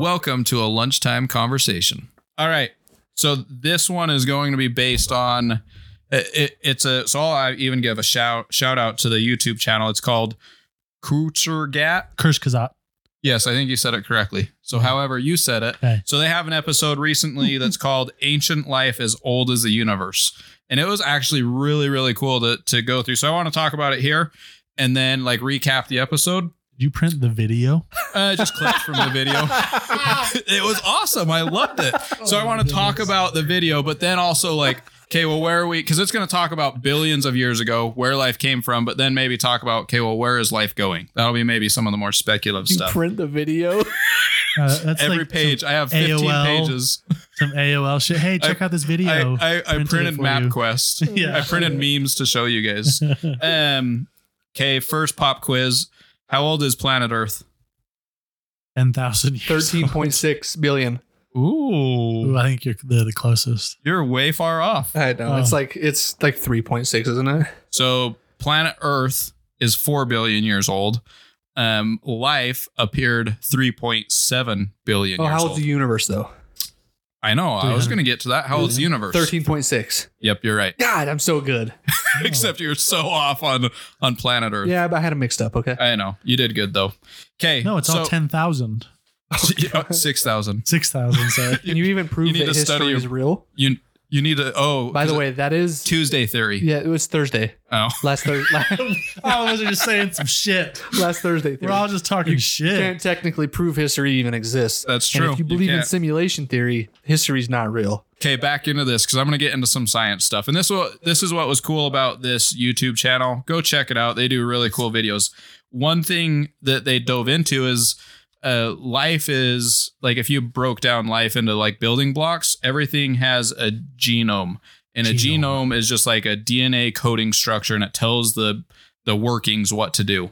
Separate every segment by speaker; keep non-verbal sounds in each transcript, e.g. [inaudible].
Speaker 1: Welcome to a lunchtime conversation. All right. So this one is going to be based on it, it- it's a so I'll even give a shout shout out to the YouTube channel. It's called Kuchergat.
Speaker 2: Kirsch Kazat.
Speaker 1: Yes, I think you said it correctly. So however you said it.
Speaker 2: Okay.
Speaker 1: So they have an episode recently that's called Ancient Life as Old as the Universe. And it was actually really, really cool to, to go through. So I want to talk about it here and then like recap the episode.
Speaker 2: Did you print the video?
Speaker 1: Uh, just clips from the video. [laughs] it was awesome. I loved it. So I want to talk about the video, but then also like, okay, well, where are we? Because it's going to talk about billions of years ago, where life came from, but then maybe talk about, okay, well, where is life going? That'll be maybe some of the more speculative
Speaker 3: You
Speaker 1: stuff.
Speaker 3: print
Speaker 1: [laughs]
Speaker 3: the video. [laughs]
Speaker 2: Uh, that's
Speaker 1: Every
Speaker 2: like
Speaker 1: page, I have 15
Speaker 2: AOL
Speaker 1: pages.
Speaker 2: Some, some AOL shit. Hey, check out this video.
Speaker 1: I, I, I
Speaker 2: Printed it
Speaker 1: printed
Speaker 2: for [laughs]
Speaker 1: MapQuest.
Speaker 2: Yeah.
Speaker 1: I printed memes to show you
Speaker 2: [laughs]
Speaker 1: guys. Um, okay, first pop quiz. How old is planet Earth?
Speaker 2: Ten thousand years.
Speaker 3: Thirteen point six billion.
Speaker 2: Ooh, I think you're the, the closest.
Speaker 1: You're way far off.
Speaker 3: I know. It's
Speaker 2: Oh.
Speaker 3: like it's like three point six, isn't it?
Speaker 1: So planet Earth is 4 billion years old. Um, life appeared 3.7 billion
Speaker 3: Oh,
Speaker 1: years
Speaker 3: how
Speaker 1: old.
Speaker 3: old's the universe though?
Speaker 1: I know. I was
Speaker 2: 300.
Speaker 1: going to get to that. How old's the universe?
Speaker 3: Thirteen point six.
Speaker 1: Yep, you're right.
Speaker 3: God, I'm so good.
Speaker 1: [laughs] Except you're so off on on planet Earth.
Speaker 3: Yeah, but I had them mixed up. Okay.
Speaker 1: I know. You did good though. Okay.
Speaker 2: No, it's all
Speaker 1: so-
Speaker 2: 10,000.
Speaker 1: [laughs] Yeah, 6,000. [laughs]
Speaker 2: 6,000, sorry.
Speaker 3: Can you even prove
Speaker 1: need
Speaker 3: that
Speaker 1: to
Speaker 3: history
Speaker 1: study your-
Speaker 3: is real?
Speaker 1: You you need to oh
Speaker 3: By the
Speaker 1: is it
Speaker 3: way, that is
Speaker 1: Tuesday theory.
Speaker 3: yeah. It was Thursday.
Speaker 1: Oh.
Speaker 3: Last Thursday.
Speaker 2: I was just saying some shit.
Speaker 3: [laughs] last Thursday.
Speaker 2: We're
Speaker 3: Theory.
Speaker 2: all just talking shit.
Speaker 3: can't technically prove history even exists.
Speaker 1: That's
Speaker 3: And
Speaker 1: true.
Speaker 3: if you
Speaker 1: You
Speaker 3: believe in
Speaker 1: can't.
Speaker 3: simulation theory, history's not real.
Speaker 1: Okay, back into this because I'm gonna get into some science stuff. And this wa- this is what was cool about this YouTube channel. Go check it out. They do really cool videos. One thing that they dove into is uh, life is like if you broke down life into like building blocks, everything has a genome, and
Speaker 2: Genome.
Speaker 1: a genome is just like a DNA coding structure, and it tells the the workings what to do.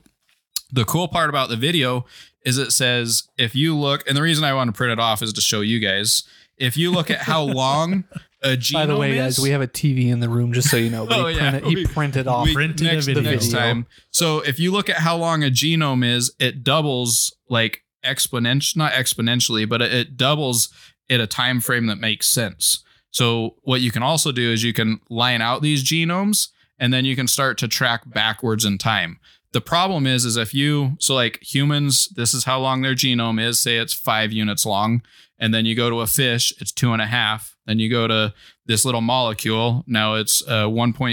Speaker 1: The cool part about the video is it says if you look, and the reason I want to print it off is to show you guys. If you look at
Speaker 3: [laughs]
Speaker 1: how long a genome
Speaker 3: By the way,
Speaker 1: is,
Speaker 3: guys, we have a TV in the room, just so
Speaker 1: [laughs]
Speaker 3: you know. But
Speaker 1: Oh,
Speaker 3: he,
Speaker 1: yeah,
Speaker 3: printed, he
Speaker 1: we-
Speaker 3: printed off.
Speaker 1: we-
Speaker 2: Printed
Speaker 1: next,
Speaker 2: a video.
Speaker 1: next time. So if you look at how long a genome is, it doubles like exponential, not exponentially, but it, it doubles at a time frame that makes sense. So what you can also do is you can line out these genomes and then you can start to track backwards in time. The problem is is if you so like humans, this is how long their genome is, say it's five units long, and then you go to a fish, it's two and a half, then you go to this little molecule. Now it's uh,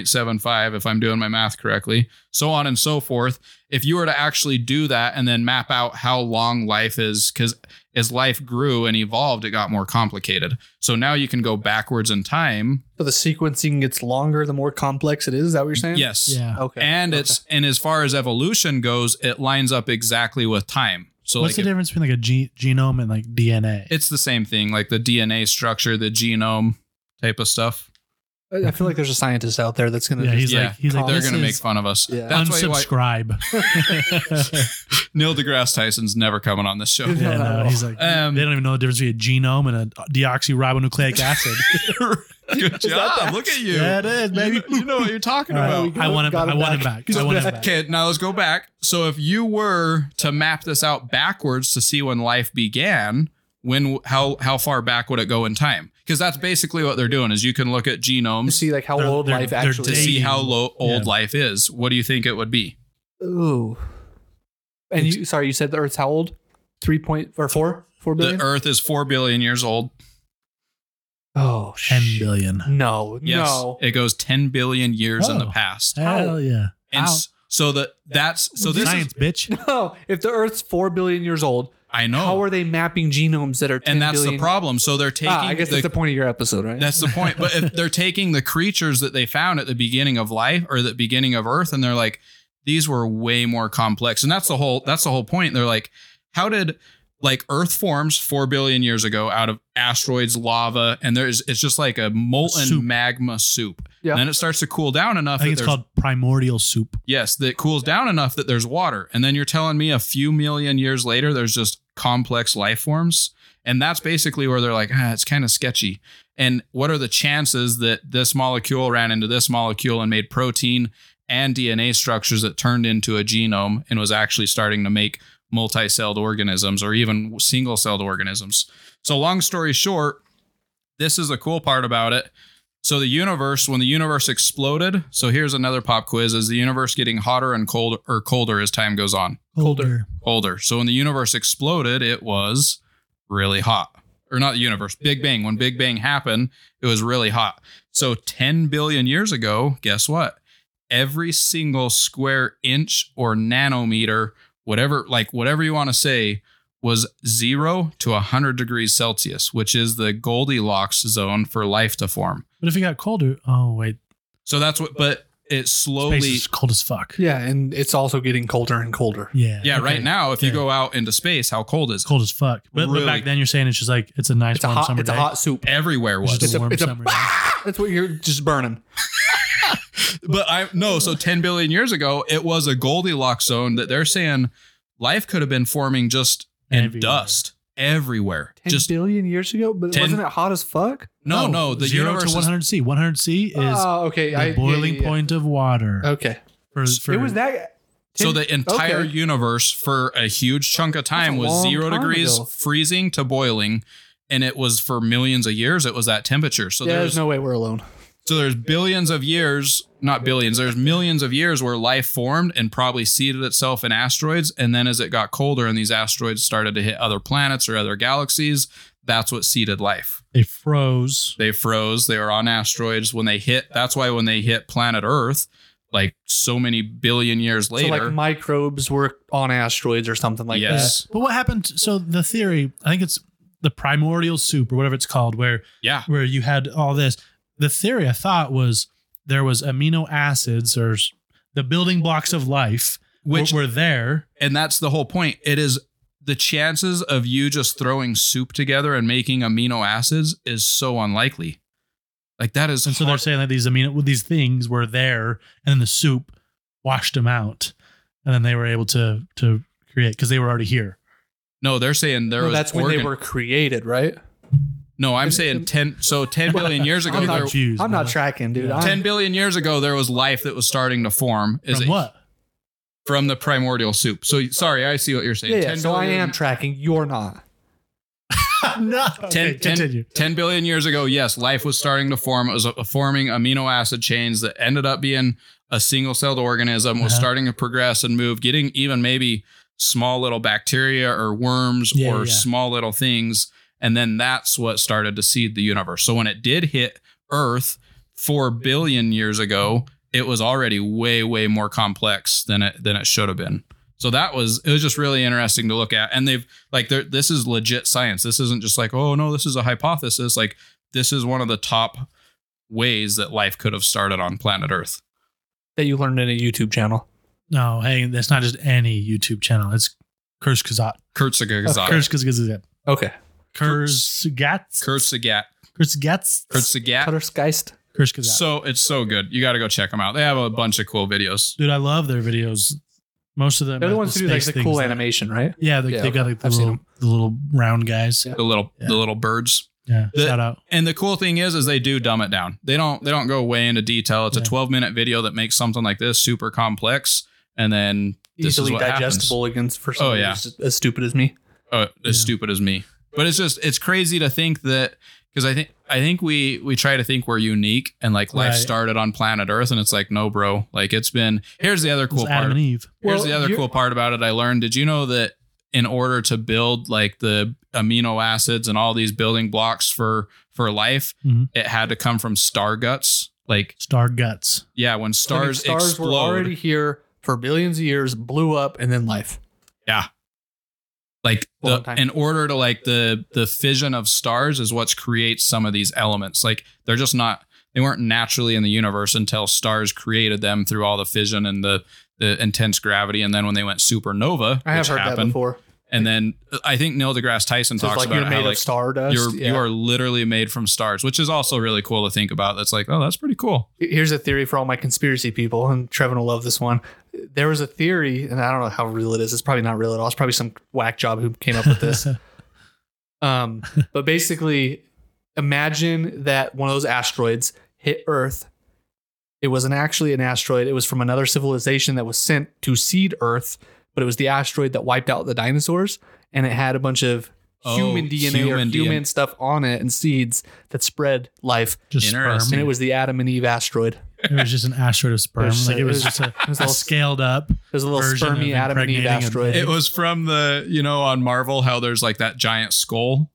Speaker 1: 1.75, if I'm doing my math correctly, so on and so forth. If you were to actually do that and then map out how long life is, because as life grew and evolved, it got more complicated. So now you can go backwards in time.
Speaker 3: So the sequencing gets longer, the more complex it is. Is that what you're saying?
Speaker 1: Yes.
Speaker 2: Yeah.
Speaker 3: Okay.
Speaker 1: And
Speaker 3: okay.
Speaker 1: it's and as far as evolution goes, it lines up exactly with time. So
Speaker 2: What's
Speaker 1: like
Speaker 2: the
Speaker 1: if-
Speaker 2: difference between like a ge- genome and like DNA?
Speaker 1: it's the same thing, like the DNA structure, the genome type of stuff.
Speaker 3: I I feel like there's a scientist out there that's gonna.
Speaker 2: yeah,
Speaker 3: just,
Speaker 2: he's
Speaker 1: yeah,
Speaker 2: like, he's like,
Speaker 1: They're
Speaker 2: Oh, this
Speaker 1: gonna make
Speaker 2: is
Speaker 1: fun of us.
Speaker 3: Yeah.
Speaker 1: That's why- why
Speaker 2: unsubscribe.
Speaker 1: [laughs] Neil deGrasse Tyson's never coming on this show.
Speaker 2: [laughs]
Speaker 3: No,
Speaker 2: yeah,
Speaker 3: no,
Speaker 2: no,
Speaker 3: no.
Speaker 2: he's like,
Speaker 1: Um,
Speaker 2: they don't even know the difference between a genome and a deoxyribonucleic
Speaker 1: [laughs]
Speaker 2: acid.
Speaker 1: Good
Speaker 3: [laughs]
Speaker 1: job. Look at you.
Speaker 2: yeah, it is,
Speaker 1: You,
Speaker 2: baby.
Speaker 1: know, you know what you're talking
Speaker 2: All right,
Speaker 1: about.
Speaker 2: I want him.
Speaker 3: Got
Speaker 2: I
Speaker 3: him
Speaker 2: want him
Speaker 3: back.
Speaker 2: back. I want him back.
Speaker 1: Okay, now let's go back. So if you were to map this out backwards to see when life began, when how how far back would it go in time? Because that's basically what they're doing is you can look at
Speaker 3: to
Speaker 1: genomes
Speaker 3: see like how
Speaker 2: They're-
Speaker 3: old
Speaker 2: they're-
Speaker 3: life
Speaker 2: they're
Speaker 3: actually.
Speaker 1: to
Speaker 3: is.
Speaker 1: see how low old
Speaker 2: Yeah.
Speaker 1: life is. What do you think it would be?
Speaker 3: Ooh. And you, sorry, you said the Earth's how old? Three point or four? Four billion?
Speaker 1: The Earth is four billion years old.
Speaker 3: oh,
Speaker 2: Ten
Speaker 3: shit.
Speaker 2: billion.
Speaker 3: No,
Speaker 1: Yes,
Speaker 3: no. [laughs]
Speaker 1: it goes ten billion years in the
Speaker 2: Oh.
Speaker 1: past.
Speaker 2: Hell yeah.
Speaker 1: And s- so that that's so this is,
Speaker 2: Science, bitch.
Speaker 3: No, Oh, if the Earth's four billion years old,
Speaker 1: I know.
Speaker 3: how are they mapping genomes that are? 10
Speaker 1: Oh. and that's
Speaker 3: billion-
Speaker 1: the problem. So they're taking
Speaker 3: Ah, I guess
Speaker 1: the
Speaker 3: that's the point of your episode, right?
Speaker 1: That's the point. But if they're taking the creatures that they found at the beginning of life or the beginning of Earth, and they're like, these were way more complex. And that's the whole that's the whole point. They're like, how did like Earth forms four billion years ago out of asteroids, lava, and there's it's just like a molten
Speaker 2: Soup.
Speaker 1: magma soup.
Speaker 3: Yeah.
Speaker 1: And then it starts to cool down
Speaker 2: I
Speaker 1: enough.
Speaker 2: think
Speaker 1: that
Speaker 2: it's
Speaker 1: there's-
Speaker 2: called primordial soup.
Speaker 1: Yes, that cools down enough that there's water. And then you're telling me a few million years later, there's just complex life forms. And that's basically where they're like, ah, it's kind of sketchy. And what are the chances that this molecule ran into this molecule and made protein and DNA structures that turned into a genome and was actually starting to make multi-celled organisms or even single-celled organisms. So long story short, this is the cool part about it. So the universe, when the universe exploded, so here's another pop quiz: Is the universe getting hotter and colder or colder as time goes on?
Speaker 2: Colder.
Speaker 1: Colder. So when the universe exploded, it was really hot. Or not the universe, Big Bang. When Big Bang happened, it was really hot. So 10 billion years ago, guess what? Every single square inch or nanometer, whatever, like whatever you want to say, was zero to 100 degrees Celsius, which is the Goldilocks zone for life to form.
Speaker 2: But if it got colder, oh wait,
Speaker 1: So that's what, but it
Speaker 2: space
Speaker 1: slowly.
Speaker 2: is cold as fuck.
Speaker 3: Yeah, and it's also getting colder and colder.
Speaker 2: Yeah.
Speaker 1: Yeah,
Speaker 2: okay.
Speaker 1: right now, if you
Speaker 2: Okay.
Speaker 1: go out into space, how cold is
Speaker 2: It's
Speaker 1: it?
Speaker 2: cold as fuck. But, but
Speaker 1: Really?
Speaker 2: back then you're saying it's just like it's a nice
Speaker 3: It's a
Speaker 2: warm
Speaker 3: hot.
Speaker 2: summer
Speaker 3: It's
Speaker 2: day.
Speaker 3: a hot soup.
Speaker 1: Everywhere
Speaker 2: It's
Speaker 1: was.
Speaker 2: just a
Speaker 3: It's a.
Speaker 2: warm
Speaker 3: It's a.
Speaker 2: summer day.
Speaker 3: [laughs] That's what you're just burning.
Speaker 1: But I no, so 10 billion years ago, it was a Goldilocks zone that they're saying life could have been forming just in
Speaker 2: Everywhere.
Speaker 1: dust everywhere.
Speaker 3: Ten
Speaker 1: just
Speaker 3: billion years ago, but
Speaker 1: 10
Speaker 3: wasn't it hot as fuck?
Speaker 1: no, no, Oh, the
Speaker 2: zero
Speaker 1: universe
Speaker 2: to
Speaker 1: is,
Speaker 2: 100 C. 100 C Oh. is
Speaker 3: Oh, okay.
Speaker 2: the
Speaker 3: I- yeah,
Speaker 2: boiling
Speaker 3: yeah, yeah.
Speaker 2: point of water.
Speaker 3: Okay.
Speaker 2: for, for,
Speaker 3: it was that.
Speaker 1: so the entire
Speaker 3: okay.
Speaker 1: universe for a huge chunk of time
Speaker 3: a
Speaker 1: was
Speaker 3: long
Speaker 1: 0
Speaker 3: time
Speaker 1: degrees
Speaker 3: ago.
Speaker 1: freezing to boiling and it was for millions of years it was that temperature. So
Speaker 3: yeah,
Speaker 1: there's
Speaker 3: there's no way we're alone.
Speaker 1: so there's billions of years, not billions, there's millions of years where life formed and probably seeded itself in asteroids. And then as it got colder and these asteroids started to hit other planets or other galaxies, that's what seeded life.
Speaker 2: they froze.
Speaker 1: They froze, they were on asteroids when they hit. That's why when they hit planet Earth, like so many billion years later,
Speaker 3: So like microbes were on asteroids or something like that.
Speaker 1: yes.
Speaker 2: But what happened? So the theory, I think it's the primordial soup or whatever it's called, where
Speaker 1: Yeah.
Speaker 2: where you had all this. The theory I thought was there was amino acids or s- the building blocks of life
Speaker 1: Which
Speaker 2: which were there.
Speaker 1: and that's the whole point. It is the chances of you just throwing soup together and making amino acids is so unlikely. Like that is
Speaker 2: And so they're saying that these amino well, these things were there, and then the soup washed them out, and then they were able to to create because they were already here.
Speaker 1: No, they're saying there
Speaker 3: No,
Speaker 1: was.
Speaker 3: that's when they
Speaker 1: organ-
Speaker 3: were created, right?
Speaker 1: No, I'm saying
Speaker 3: [laughs]
Speaker 1: ten. So ten billion years ago,
Speaker 3: I'm not
Speaker 1: there,
Speaker 2: confused.
Speaker 3: I'm not
Speaker 2: man.
Speaker 3: tracking, dude.
Speaker 2: Yeah.
Speaker 3: I'm-
Speaker 1: ten billion years ago, there was life that was starting to form. Is
Speaker 2: From
Speaker 1: it
Speaker 2: what?
Speaker 1: from the primordial soup? So sorry, I see what you're saying.
Speaker 3: yeah, yeah,
Speaker 1: 10
Speaker 3: so I
Speaker 1: billion-
Speaker 3: am tracking. You're not.
Speaker 2: [laughs] no.
Speaker 1: 10,
Speaker 2: Okay,
Speaker 1: 10
Speaker 2: continue.
Speaker 1: 10 billion years ago, yes, life was starting to form. It was uh, forming amino acid chains that ended up being a single celled organism, was
Speaker 2: Uh-huh.
Speaker 1: starting to progress and move, getting even maybe small little bacteria or worms
Speaker 2: Yeah,
Speaker 1: or
Speaker 2: yeah.
Speaker 1: small little things. And then that's what started to seed the universe. So when it did hit Earth four billion years ago, it was already way, way more complex than it than it should have been. So that was it was just really interesting to look at. And they've like they're, this is legit science. This isn't just like, oh no, this is a hypothesis. Like this is one of the top ways that life could have started on planet Earth.
Speaker 3: That you learned in a YouTube channel.
Speaker 2: No, hey, that's not just any YouTube channel. It's Kurz Kazat.
Speaker 1: Kurtzagatzat.
Speaker 2: Kurz Kazat.
Speaker 3: Okay.
Speaker 2: Kurz Gatz.
Speaker 1: Kurtzagat.
Speaker 2: Kurz Gatz.
Speaker 1: Kurtzagat.
Speaker 3: Cuttergeist.
Speaker 2: Kurz Kazat.
Speaker 1: So it's so good. You got to go check them out. They have a bunch of cool videos.
Speaker 2: Dude, I love their videos. Most of them.
Speaker 3: They're the
Speaker 2: are
Speaker 3: ones who do like
Speaker 2: space
Speaker 3: the
Speaker 2: things
Speaker 3: cool
Speaker 2: that-
Speaker 3: animation, right?
Speaker 2: Yeah, they,
Speaker 3: Yeah,
Speaker 2: they got like the
Speaker 3: I've seen
Speaker 2: little, the little round guys. Yeah.
Speaker 3: Yeah.
Speaker 1: The little the little birds. The-
Speaker 2: shout out.
Speaker 1: And the cool thing is, is they do dumb it down. They don't they don't go way into detail. It's
Speaker 2: Yeah.
Speaker 1: a 12 minute video that makes something like this super complex, and then this
Speaker 3: Easily
Speaker 1: is what happens.
Speaker 3: digestible against for
Speaker 1: Oh,
Speaker 3: someone
Speaker 1: yeah.
Speaker 3: who's as stupid as me.
Speaker 1: uh, as
Speaker 2: Yeah.
Speaker 1: stupid as me. But it's just it's crazy to think that because I think I think we we try to think we're unique and like life
Speaker 2: Right.
Speaker 1: started on planet Earth and it's like no bro like it's been here's the other
Speaker 2: Cool
Speaker 1: cool
Speaker 2: Adam
Speaker 1: part
Speaker 2: and Eve.
Speaker 1: here's
Speaker 3: Well,
Speaker 1: the other
Speaker 3: you're-
Speaker 1: cool part about it I learned did you know that in order to build like the amino acids and all these building blocks for for life
Speaker 3: Mm-hmm.
Speaker 2: Mhm.
Speaker 1: it had to come from star guts like
Speaker 2: Star Guts.
Speaker 1: yeah when
Speaker 3: I mean,
Speaker 1: stars,
Speaker 3: stars
Speaker 1: explode
Speaker 3: were already here for billions of years, blew up, and then life.
Speaker 1: like
Speaker 3: Long
Speaker 1: the,
Speaker 3: time.
Speaker 1: in order to like the the fission of stars is what's creates some of these elements like they're just not they weren't naturally in the universe until stars created them through all the fission and the the intense gravity and then when they went supernova
Speaker 3: I have
Speaker 1: which
Speaker 3: heard that
Speaker 1: happened
Speaker 3: before.
Speaker 1: and then uh, i think neil degrasse tyson
Speaker 3: So it's
Speaker 1: talks
Speaker 3: like
Speaker 1: about
Speaker 3: you're
Speaker 1: it,
Speaker 3: made
Speaker 1: how
Speaker 3: of
Speaker 1: like
Speaker 3: stardust.
Speaker 1: you're
Speaker 3: Yeah.
Speaker 1: you are literally made from stars which is also really cool to think about that's like oh that's pretty cool
Speaker 3: here's a theory for all my conspiracy people, and Trevin will love this one. There was a theory, and I don't know how real it is. It's probably not real at all. It's probably some whack job who came up
Speaker 1: [laughs]
Speaker 3: with this. um, but basically, imagine that one of those asteroids hit Earth. It wasn't actually an asteroid. It was from another civilization that was sent to seed Earth but it was the asteroid that wiped out the dinosaurs, and it had a bunch of
Speaker 1: Oh,
Speaker 3: human DNA
Speaker 1: human
Speaker 3: or human
Speaker 1: DNA.
Speaker 3: stuff on it and seeds that spread life.
Speaker 2: Just sperm.
Speaker 1: Interesting.
Speaker 3: And it was the Adam and Eve asteroid.
Speaker 2: It was just an asteroid of sperm.
Speaker 3: It was-
Speaker 2: like it was
Speaker 3: it was-
Speaker 2: just a,
Speaker 3: [laughs] It was
Speaker 2: a
Speaker 3: a little,
Speaker 2: scaled up.
Speaker 3: it was a little
Speaker 2: version of
Speaker 3: spermy Adam and Eve
Speaker 2: impregnating a-
Speaker 3: asteroid.
Speaker 1: It was from the, you know, on Marvel, how there's like that giant skull.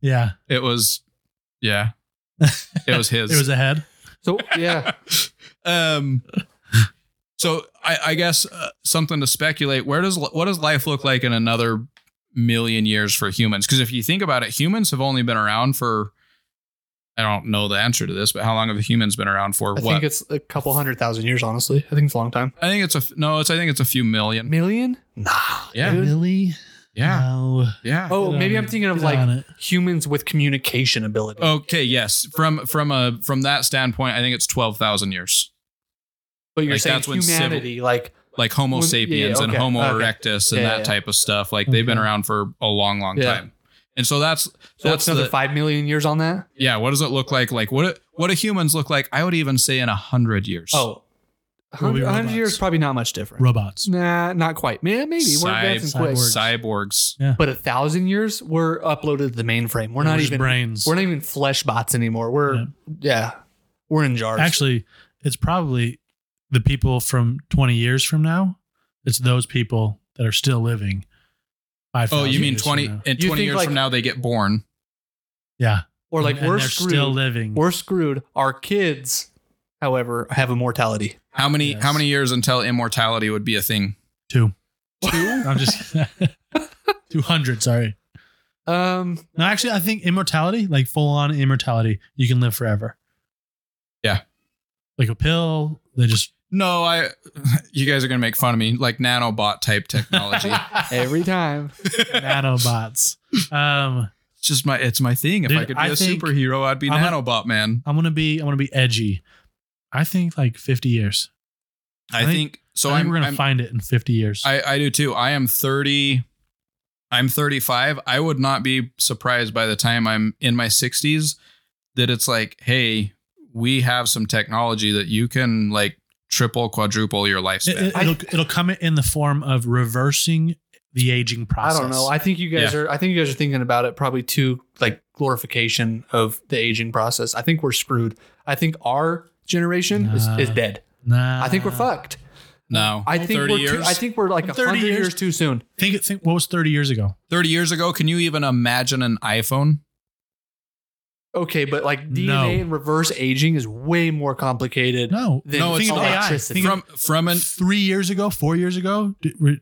Speaker 2: Yeah,
Speaker 1: It was, yeah, it was
Speaker 3: [laughs]
Speaker 1: his.
Speaker 2: it was a head.
Speaker 3: so
Speaker 1: [laughs]
Speaker 3: yeah,
Speaker 1: um, so I, I guess uh, something to speculate. Where does what does life look like in another million years for humans? Because if you think about it, humans have only been around for. I don't know the answer to this, but how long have humans been around for?
Speaker 3: I
Speaker 1: what
Speaker 3: think it's a couple hundred thousand years. Honestly, I think it's a long time.
Speaker 1: I think it's a f- no. It's I think it's a few million.
Speaker 3: Million? Nah.
Speaker 1: Yeah.
Speaker 3: dude.
Speaker 2: Really?
Speaker 1: Yeah,
Speaker 2: No.
Speaker 1: yeah.
Speaker 3: Oh,
Speaker 2: Get
Speaker 3: maybe
Speaker 2: on
Speaker 3: I'm
Speaker 2: it.
Speaker 3: thinking of
Speaker 2: Get on
Speaker 3: like
Speaker 2: it.
Speaker 3: humans with communication ability.
Speaker 1: Okay, yes. From from a from that standpoint, I think it's twelve thousand years.
Speaker 3: but you're
Speaker 1: like,
Speaker 3: saying
Speaker 1: that's when civil-
Speaker 3: humanity, like
Speaker 1: Like Homo
Speaker 3: Well, yeah,
Speaker 1: sapiens and
Speaker 3: okay,
Speaker 1: Homo
Speaker 3: okay.
Speaker 1: erectus and
Speaker 3: Yeah,
Speaker 1: that
Speaker 3: yeah.
Speaker 1: type of stuff. Like they've been
Speaker 2: Okay.
Speaker 1: around for a long, long
Speaker 3: Yeah.
Speaker 1: time. And so that's
Speaker 3: so
Speaker 1: that's
Speaker 3: that's another
Speaker 1: the-
Speaker 3: five million years on that.
Speaker 1: yeah. What does it look like? Like what what do humans look like? I would even say in a hundred years.
Speaker 3: Oh,
Speaker 2: We'll be
Speaker 3: 100, 100 years
Speaker 2: robots.
Speaker 3: probably not much different.
Speaker 2: Robots.
Speaker 3: Nah, not quite. May- Maybe we're
Speaker 1: Cyborg.
Speaker 3: advancing quick.
Speaker 2: Cyborg.
Speaker 1: cyborgs.
Speaker 3: But a thousand years, we're uploaded to the mainframe. We're not
Speaker 2: Just
Speaker 3: even
Speaker 2: brains.
Speaker 3: we're not even flesh bots anymore. We're yeah,
Speaker 2: Yeah.
Speaker 3: we're in jars.
Speaker 2: Actually, it's probably the people from 20 years from now. It's those people that are still living.
Speaker 1: Oh,
Speaker 2: 5,000
Speaker 1: you mean
Speaker 2: years from
Speaker 1: twenty
Speaker 2: now.
Speaker 1: in
Speaker 3: You
Speaker 1: twenty
Speaker 3: think,
Speaker 1: years
Speaker 3: like-
Speaker 1: from now they get born?
Speaker 2: Yeah.
Speaker 3: or like
Speaker 2: And- and
Speaker 3: we're
Speaker 2: they're
Speaker 3: screwed.
Speaker 2: still living.
Speaker 3: we're screwed. Our kids, however, have immortality.
Speaker 1: How many
Speaker 2: Yes.
Speaker 1: how many years until immortality would be a thing?
Speaker 2: two.
Speaker 3: [laughs] Two?
Speaker 2: I'm just [laughs] 200. Sorry.
Speaker 3: Um,
Speaker 2: No, actually, I think immortality, like full on immortality, you can live forever.
Speaker 1: Yeah.
Speaker 2: Like a pill, they just.
Speaker 1: No, I. You guys are gonna make fun of me, like nanobot type [laughs]
Speaker 2: [laughs]
Speaker 1: technology.
Speaker 3: every time.
Speaker 2: nanobots. Um,
Speaker 1: it's just my, it's my thing. If
Speaker 2: Dude,
Speaker 1: I could be a
Speaker 2: I think-
Speaker 1: superhero, I'd be
Speaker 2: I'm a-
Speaker 1: nanobot man.
Speaker 2: I'm gonna be. I'm gonna be edgy. I think like 50 years.
Speaker 1: I,
Speaker 2: I
Speaker 1: think,
Speaker 2: think-
Speaker 1: so.
Speaker 2: I think
Speaker 1: I'm,
Speaker 2: we're gonna
Speaker 1: I'm-
Speaker 2: find it in 50 years.
Speaker 1: I, I do too. I am thirty. I'm 35. I would not be surprised by the time I'm in my 60s that it's like, hey, we have some technology that you can like triple, quadruple your
Speaker 2: It,
Speaker 1: lifespan.
Speaker 2: it, will it'll come in the form of reversing the aging [laughs]
Speaker 3: I
Speaker 2: process.
Speaker 3: don't know. I think you guys are. I think you guys are thinking about it probably too like glorification of the aging process. I think we're screwed. I think our generation is,
Speaker 2: Nah.
Speaker 3: is dead.
Speaker 2: nah.
Speaker 3: I think we're fucked.
Speaker 1: no,
Speaker 3: I think
Speaker 1: 30
Speaker 3: we're.
Speaker 1: years.
Speaker 3: Too, I think we're like
Speaker 2: 30
Speaker 3: hundred years.
Speaker 2: years-
Speaker 3: too soon.
Speaker 2: Think think what was 30 years ago?
Speaker 1: 30 years ago, can you even imagine an iPhone?
Speaker 3: Okay, but like DNA
Speaker 2: No.
Speaker 3: and reverse aging is way more complicated.
Speaker 2: No.
Speaker 3: Then
Speaker 1: No, it's
Speaker 2: think of
Speaker 1: not.
Speaker 2: AI.
Speaker 3: Electricity.
Speaker 2: Think of-
Speaker 1: From from an
Speaker 2: three years ago, four years ago, did, were,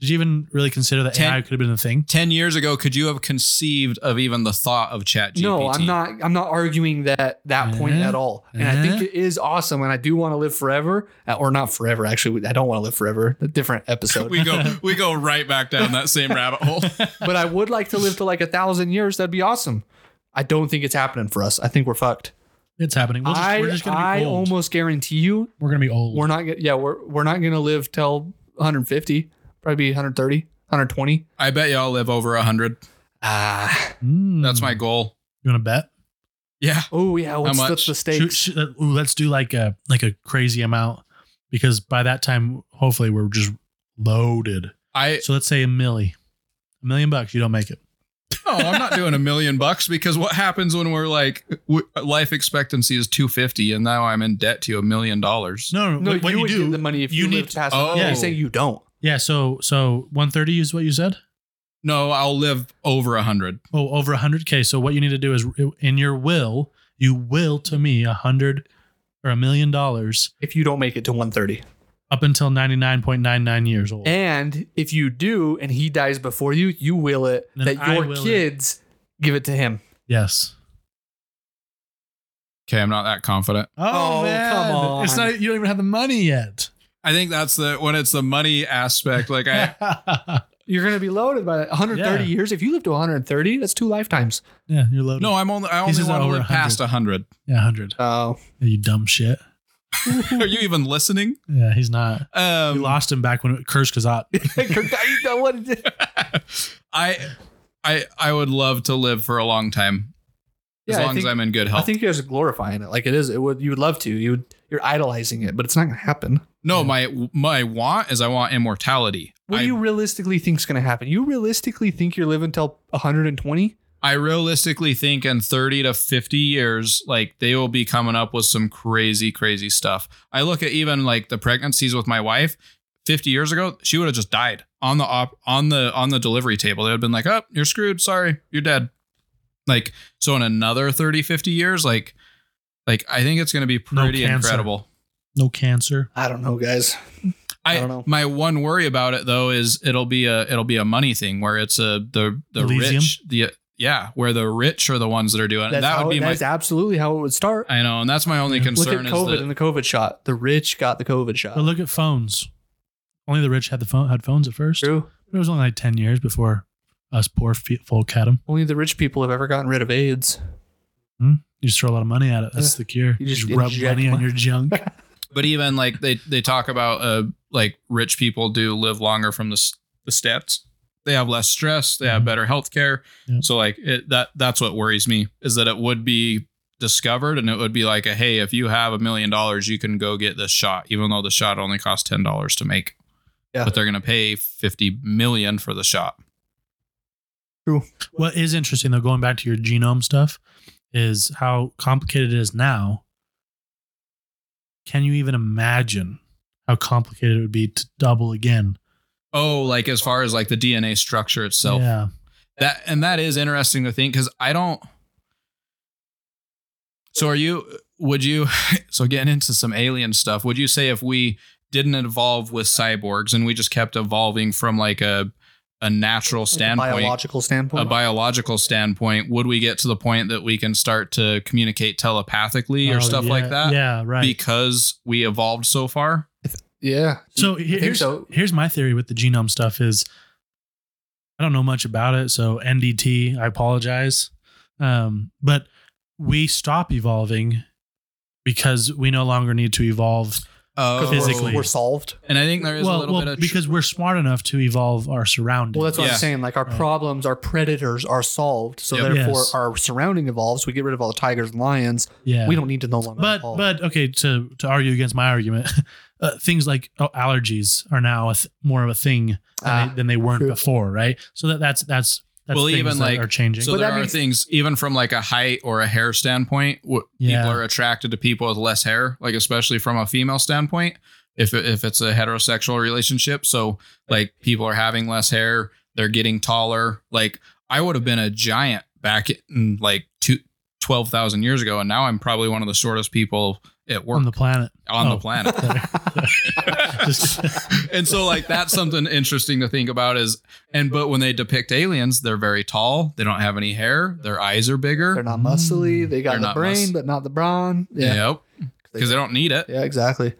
Speaker 2: did you even really consider that
Speaker 1: Ten-
Speaker 2: AI could have been a thing?
Speaker 1: 10 years ago could you have conceived of even the thought of chat GPT?
Speaker 3: No, I'm not. I'm not arguing that that point
Speaker 2: Yeah.
Speaker 3: at all. And I think
Speaker 2: Yeah.
Speaker 3: it is awesome, and I do want to live forever, uh, or not forever. Actually, I don't want to live forever. A different
Speaker 2: [laughs]
Speaker 3: episode.
Speaker 1: we go we go right back down that same rabbit hole
Speaker 3: but I would like to live to like a thousand years. That'd be awesome. I don't think it's happening for us. I think we're fucked.
Speaker 2: It's happening. We'll just,
Speaker 3: I,
Speaker 2: we're just going to
Speaker 3: I
Speaker 2: be old.
Speaker 3: almost guarantee you,
Speaker 2: we're going to be old.
Speaker 3: we're not. gonna- Yeah, we're we're not gonna live till 150. Probably 130, 120.
Speaker 1: i bet y'all live over 100
Speaker 3: Ah.
Speaker 2: Mm.
Speaker 1: that's my goal
Speaker 2: You want to bet?
Speaker 1: yeah
Speaker 3: Oh yeah. What's
Speaker 1: much?
Speaker 3: the, the
Speaker 2: Shoot,
Speaker 3: stakes?
Speaker 2: shoot, uh, ooh, let's do like a like a crazy amount because by that time, hopefully, we're just loaded.
Speaker 1: i
Speaker 2: So let's say a milli, a million bucks. You don't make it.
Speaker 1: no i'm not doing a million bucks because what happens when we're like w- life expectancy is 250 and now i'm in debt to a million dollars
Speaker 2: No, no, no. what, what you
Speaker 3: would get
Speaker 2: do?
Speaker 3: the money if you,
Speaker 2: you
Speaker 3: live
Speaker 2: need to-
Speaker 3: past.
Speaker 1: Oh.
Speaker 3: Yeah, you say you don't.
Speaker 2: yeah. So so one thirty is what you said.
Speaker 1: no i'll live over 100
Speaker 2: Oh, over hundred k. So what you need to do is in your will, you will to me a hundred or a million dollars
Speaker 3: If you don't make it to 130,
Speaker 2: up until ninety nine point nine nine years
Speaker 3: Eh.
Speaker 2: old.
Speaker 3: and if you do, and he dies before you, you will it
Speaker 2: Then
Speaker 3: that
Speaker 2: I
Speaker 3: your
Speaker 2: will it.
Speaker 3: kids give it to him.
Speaker 2: yes.
Speaker 1: okay i'm not that confident
Speaker 3: Oh, come on.
Speaker 2: It's not. You don't even have the money yet.
Speaker 1: i think that's the when it's the money aspect like
Speaker 2: [laughs]
Speaker 1: i
Speaker 3: You're gonna be loaded by that. 130
Speaker 2: Yeah.
Speaker 3: years. If you live to 130, that's two lifetimes.
Speaker 2: yeah, you're loaded.
Speaker 1: no i'm only i only
Speaker 2: says
Speaker 1: want to
Speaker 2: over
Speaker 1: live past 100
Speaker 2: yeah, hundred.
Speaker 3: [laughs] Oh,
Speaker 2: You dumb shit.
Speaker 1: are you even listening
Speaker 2: Yeah, he's not.
Speaker 1: um
Speaker 2: We lost him back when Kurz Kazat.
Speaker 1: [laughs] I I I would love to live for a long time. As
Speaker 3: Yeah, I
Speaker 1: long
Speaker 3: think-
Speaker 1: as I'm in good
Speaker 3: I
Speaker 1: health.
Speaker 3: think you guys are glorifying it. Like it is. It would. You would love to. You would. You're idolizing it, but it's not gonna happen.
Speaker 1: No,
Speaker 2: Yeah.
Speaker 1: my my want is I want immortality.
Speaker 3: What
Speaker 1: I,
Speaker 3: do you realistically think's going to happen? You realistically think you're living till 120?
Speaker 1: I realistically think in 30 to 50 years, like they will be coming up with some crazy, crazy stuff. I look at even like the pregnancies with my wife 50 years ago, she would have just died on the op on the on the delivery table. They would have been like, oh, you're screwed. Sorry, you're dead. Like, so in another 30, 50 years, like like I think it's gonna be
Speaker 2: No
Speaker 1: pretty
Speaker 2: cancer.
Speaker 1: incredible.
Speaker 2: No cancer.
Speaker 3: I don't know, guys.
Speaker 1: I,
Speaker 3: I don't know.
Speaker 1: My one worry about it though is it'll be a it'll be a money thing where it's a the the
Speaker 2: Elysium?
Speaker 1: rich the yeah where the rich are the ones that are doing it.
Speaker 3: That's
Speaker 1: Uh, That
Speaker 3: how
Speaker 1: would
Speaker 3: it-
Speaker 1: be my
Speaker 3: that's absolutely how it would start.
Speaker 1: I know, and that's my only
Speaker 2: Yeah.
Speaker 3: Look at
Speaker 1: concern is
Speaker 3: COVID
Speaker 1: that
Speaker 3: and the COVID shot. The rich got the COVID shot.
Speaker 2: But look at phones. Only the rich had the phone had phones at first.
Speaker 3: True.
Speaker 2: It was only like ten years before us poor fe- folk had them.
Speaker 3: Only the rich people have ever gotten rid of AIDS.
Speaker 2: You just throw a lot of money at it. That's
Speaker 3: Yeah.
Speaker 2: the cure.
Speaker 3: You
Speaker 2: You
Speaker 3: just
Speaker 2: just, rub
Speaker 3: inject
Speaker 2: money on
Speaker 3: money.
Speaker 2: your
Speaker 3: [laughs]
Speaker 2: junk.
Speaker 1: but even like they they talk about uh like rich people do live longer from the s- the stats. They have less stress, they have
Speaker 2: Mhm.
Speaker 1: better health care.
Speaker 2: Yep.
Speaker 1: So like it, that that's what worries me is that it would be discovered and it would be like a hey, if you have a million dollars, you can go get this shot even though the shot only costs $10 to make.
Speaker 3: Yeah.
Speaker 1: But they're going to pay 50 million for the shot.
Speaker 2: What is interesting though, going back to your genome stuff, is how complicated it is now. Can you even imagine how complicated it would be to double again?
Speaker 1: Oh, like as far as like the DNA structure itself.
Speaker 2: yeah,
Speaker 1: that and that is interesting to think because i don't so are you would you [laughs] so getting into some alien stuff would you say if we didn't evolve with cyborgs and we just kept evolving from like a a natural standpoint
Speaker 3: Biological
Speaker 1: a
Speaker 3: standpoint.
Speaker 1: biological standpoint would we get to the point that we can start to communicate telepathically or
Speaker 2: Oh,
Speaker 1: stuff
Speaker 2: yeah,
Speaker 1: like that
Speaker 2: Yeah, right.
Speaker 1: because we evolved so far
Speaker 3: yeah.
Speaker 2: so
Speaker 3: I
Speaker 2: he-
Speaker 3: think
Speaker 2: here's
Speaker 3: so.
Speaker 2: here's my theory with the genome stuff is I don't know much about it, so NDT, I apologize. Um, but we stop evolving because we no longer need to evolve
Speaker 1: oh.
Speaker 3: 'Cause we're-
Speaker 2: physically.
Speaker 3: We're, solved.
Speaker 1: and i think there is a little bit of tr-
Speaker 2: because we're smart enough to evolve our surroundings.
Speaker 3: Well, that's what
Speaker 1: Yeah.
Speaker 3: I'm saying. Like our
Speaker 2: Right.
Speaker 3: problems, our predators are solved. So
Speaker 1: Yep.
Speaker 3: therefore,
Speaker 2: Yes.
Speaker 3: our surrounding evolves. We get rid of all the tigers and lions.
Speaker 2: yeah.
Speaker 3: We don't need to no longer.
Speaker 2: but
Speaker 3: evolve.
Speaker 2: but okay to to argue against my argument, [laughs] uh, things like oh, allergies are now a th- more of a thing than,
Speaker 3: Ah,
Speaker 2: they, than they weren't
Speaker 3: true.
Speaker 2: before, right? So that that's that's that's
Speaker 1: Well,
Speaker 2: things
Speaker 1: even
Speaker 2: that
Speaker 1: like-
Speaker 2: are changing.
Speaker 1: So
Speaker 3: But
Speaker 1: there
Speaker 3: that
Speaker 1: are
Speaker 3: means-
Speaker 1: things, even from like a height or a hair standpoint, wh-
Speaker 2: Yeah.
Speaker 1: people are attracted to people with less hair, like especially from a female standpoint. If it- if it's a heterosexual relationship, so like people are having less hair, they're getting taller. Like I would have been a giant back in like two, 12,000 years ago, and now I'm probably one of the shortest people at work
Speaker 2: on
Speaker 1: [laughs]
Speaker 2: the planet. Oh.
Speaker 1: planet.
Speaker 2: Just-
Speaker 1: [laughs] and so like that's something interesting to think about is and but when they depict aliens they're very tall they don't have any hair their eyes are
Speaker 3: they're
Speaker 1: bigger
Speaker 3: not muscly.
Speaker 1: They're
Speaker 3: They got the
Speaker 1: not
Speaker 3: brain,
Speaker 1: mus-
Speaker 3: but not the brawn. Yeah.
Speaker 1: yep because they don't need it
Speaker 3: Yeah, exactly.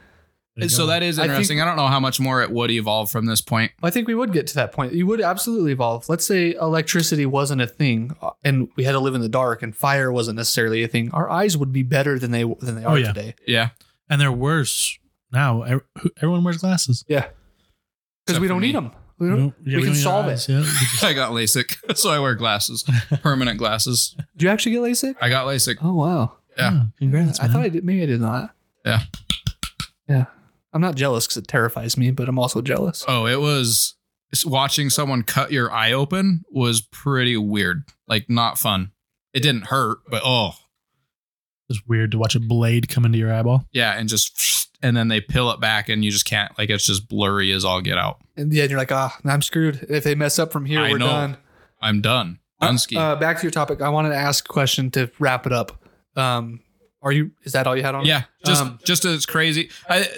Speaker 2: There you
Speaker 1: so
Speaker 2: go.
Speaker 1: that is
Speaker 3: I think-
Speaker 1: interesting I, don't know how much more it would evolve from this point
Speaker 3: I think we would get to that point. You would absolutely evolve. Let's say electricity wasn't a thing, uh, and we had to live in the dark, and fire wasn't necessarily a thing. Our eyes would be better than they than they
Speaker 2: Oh,
Speaker 3: are
Speaker 2: yeah.
Speaker 3: today.
Speaker 1: yeah [laughs]
Speaker 2: and they're worse now. Ev- who- Everyone wears glasses.
Speaker 3: Yeah, because
Speaker 1: Except
Speaker 3: we
Speaker 1: for
Speaker 3: don't
Speaker 1: me.
Speaker 3: need them. We don't,
Speaker 2: yeah,
Speaker 3: we can
Speaker 2: don't need
Speaker 3: solve
Speaker 2: our
Speaker 3: it.
Speaker 2: eyes, Yeah, We just-
Speaker 1: i got lasik [laughs] so i wear glasses permanent glasses
Speaker 3: Do you actually get LASIK?
Speaker 1: i got lasik
Speaker 3: Oh wow!
Speaker 1: Yeah.
Speaker 2: yeah, Congrats,
Speaker 3: I
Speaker 2: man.
Speaker 3: thought I did. Maybe I did not.
Speaker 1: Yeah.
Speaker 3: Yeah. I'm not jealous because it terrifies me, but I'm also jealous.
Speaker 1: oh it was it's- watching someone cut your eye open was pretty weird like not fun it didn't hurt but oh
Speaker 2: it's weird to watch a blade come into your eyeball.
Speaker 1: Yeah, and just and then they peel it back, and you just can't like it's just blurry as all get out.
Speaker 3: And yeah, you're like, ah, I'm screwed. If they mess up from here,
Speaker 1: I
Speaker 3: we're
Speaker 1: know.
Speaker 3: done.
Speaker 1: I'm done. Dunsky.
Speaker 3: Uh, back to your topic. I wanted to ask a question to wrap it up. Um, are you? Is that all you had on? it?
Speaker 1: yeah, just
Speaker 3: um,
Speaker 1: just as crazy. I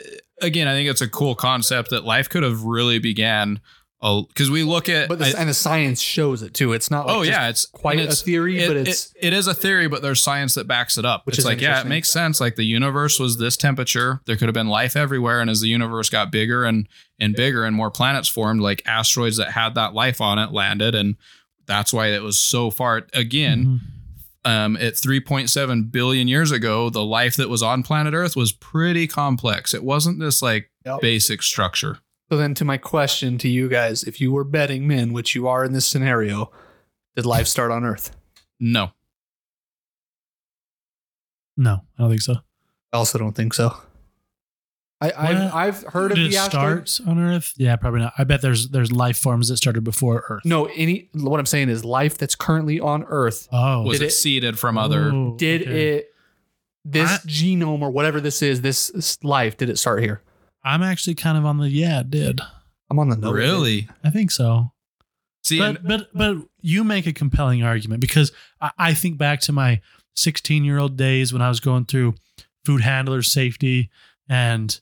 Speaker 1: again, I think it's a cool concept that life could have really began. Because we look at
Speaker 3: But the,
Speaker 1: I-
Speaker 3: and the science shows it too. It's not. Like
Speaker 1: oh
Speaker 3: just
Speaker 1: yeah, it's
Speaker 3: quite
Speaker 1: and it's,
Speaker 3: a theory,
Speaker 1: it-
Speaker 3: but
Speaker 1: it-
Speaker 3: it's
Speaker 1: it is a theory, but there's science that backs it up.
Speaker 3: Which
Speaker 1: Which it's
Speaker 3: is
Speaker 1: like, yeah, it
Speaker 3: interesting.
Speaker 1: makes sense. Like the universe was this temperature. There could have been life everywhere. And as the universe got bigger and and bigger and more planets formed, like asteroids that had that life on it landed. And that's why it was so far again.
Speaker 2: Mhm.
Speaker 3: Mm-hmm.
Speaker 1: um, at 3.7 billion years ago, the life that was on planet Earth was pretty complex. It wasn't this like
Speaker 3: Yep.
Speaker 1: basic structure.
Speaker 3: So then, to my question to you guys, if you were betting men, which you are in this scenario, did life start on Earth?
Speaker 1: No.
Speaker 2: No, I don't think so.
Speaker 3: I also don't think so.
Speaker 4: I,
Speaker 2: Well,
Speaker 4: I I've heard of
Speaker 2: Did
Speaker 4: the
Speaker 2: it
Speaker 4: asteroid.
Speaker 2: starts on Earth? Yeah, probably not. I bet there's there's life forms that started before Earth.
Speaker 3: No,
Speaker 4: No, any what I'm saying is life that's currently on Earth.
Speaker 2: Oh,
Speaker 1: was
Speaker 3: Did
Speaker 1: it,
Speaker 3: it-
Speaker 1: seeded from other?
Speaker 2: Oh,
Speaker 4: Did
Speaker 2: okay.
Speaker 4: it
Speaker 3: this
Speaker 2: I-
Speaker 3: genome or whatever this is, this s- life, did it start here?
Speaker 2: I'm actually kind of on the yeah, it did.
Speaker 3: I'm on the no.
Speaker 1: really?
Speaker 2: I think so.
Speaker 1: See, and-
Speaker 2: but but but you make a compelling argument because I, I think back to my 16 year old days when I was going through food handler safety and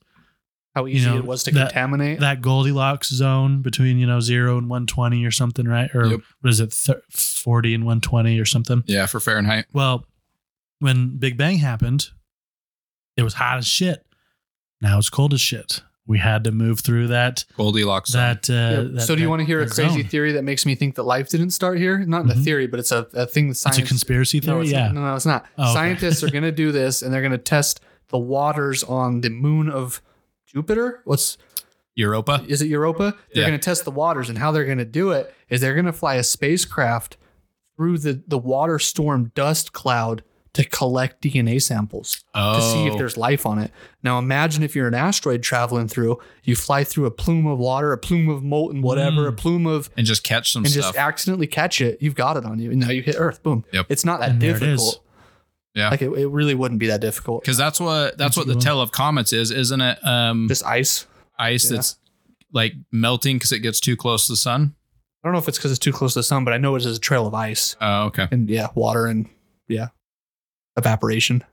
Speaker 3: How
Speaker 2: You
Speaker 3: easy
Speaker 2: know,
Speaker 3: it was to
Speaker 2: that-
Speaker 3: contaminate.
Speaker 2: that Goldilocks zone between you know zero and 120 or something, right? Or
Speaker 1: Yep.
Speaker 2: what is it, thir 40 and 120 or something?
Speaker 1: yeah, for Fahrenheit.
Speaker 2: Well, when Big Bang happened, it was hot as shit. Now it's cold as shit. We had to move through that
Speaker 1: Goldilocks. um, zone.
Speaker 2: that, uh,
Speaker 3: Yep.
Speaker 2: that-
Speaker 3: so do you
Speaker 2: that-
Speaker 3: want to hear a
Speaker 2: that
Speaker 3: crazy
Speaker 2: zone.
Speaker 3: theory that makes me think that life didn't start here? Not a
Speaker 2: Mhm.
Speaker 3: theory, but it's a, a thing that
Speaker 2: It's
Speaker 3: science
Speaker 2: a conspiracy
Speaker 3: No,
Speaker 2: theory,
Speaker 3: it's,
Speaker 2: yeah.
Speaker 3: no, no, it's not.
Speaker 2: Oh, okay.
Speaker 3: Scientists are going to do this, and they're going to test the waters on the moon of Jupiter. What's
Speaker 1: Europa.
Speaker 3: is it Europa? They're
Speaker 1: Yeah.
Speaker 3: going to test the waters, and how they're going to do it is they're going to fly a spacecraft through the the water storm dust cloud to collect DNA samples
Speaker 1: Oh,
Speaker 3: to see if there's life on it. Now imagine if you're an asteroid traveling through, you fly through a plume of water, a plume of molten whatever, a
Speaker 2: Mm.
Speaker 3: plume of
Speaker 1: and just catch some
Speaker 3: and
Speaker 1: stuff.
Speaker 3: just accidentally catch it, you've got it on you. And now you hit Earth. Boom.
Speaker 1: Yep.
Speaker 3: It's not that
Speaker 2: And there it is.
Speaker 3: difficult.
Speaker 1: Yeah.
Speaker 3: Like it, it really wouldn't be that difficult.
Speaker 1: because that's what that's
Speaker 2: That's
Speaker 1: what
Speaker 2: a good
Speaker 1: the
Speaker 2: one.
Speaker 1: tell of comets is, isn't it? Um,
Speaker 3: Just ice.
Speaker 1: ice
Speaker 3: yeah.
Speaker 1: that's like melting because it gets too close to the sun.
Speaker 3: I don't know if it's because it's too close to the sun, but I know it's just a trail of ice
Speaker 1: Oh, okay.
Speaker 3: and yeah, water and yeah, evaporation.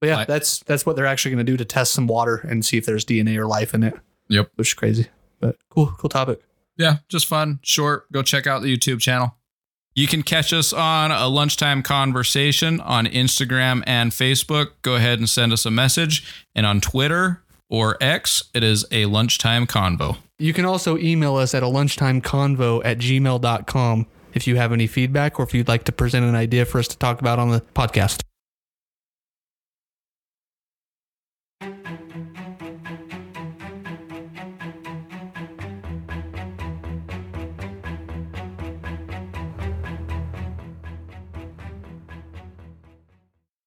Speaker 3: But yeah,
Speaker 1: Like-
Speaker 3: that's that's what they're actually going to do to test some water and see if there's DNA or life in it.
Speaker 1: Yep.
Speaker 3: Which is crazy, but cool, cool topic.
Speaker 1: Yeah, just fun, short. Go check out the YouTube channel. You can catch us on a lunchtime conversation on Instagram and Facebook. Go ahead and send us a message. And on Twitter or X, it is a lunchtime convo.
Speaker 3: You can also email us at a lunchtimeconvo at gmail.com if you have any feedback or if you'd like to present an idea for us to talk about on the podcast.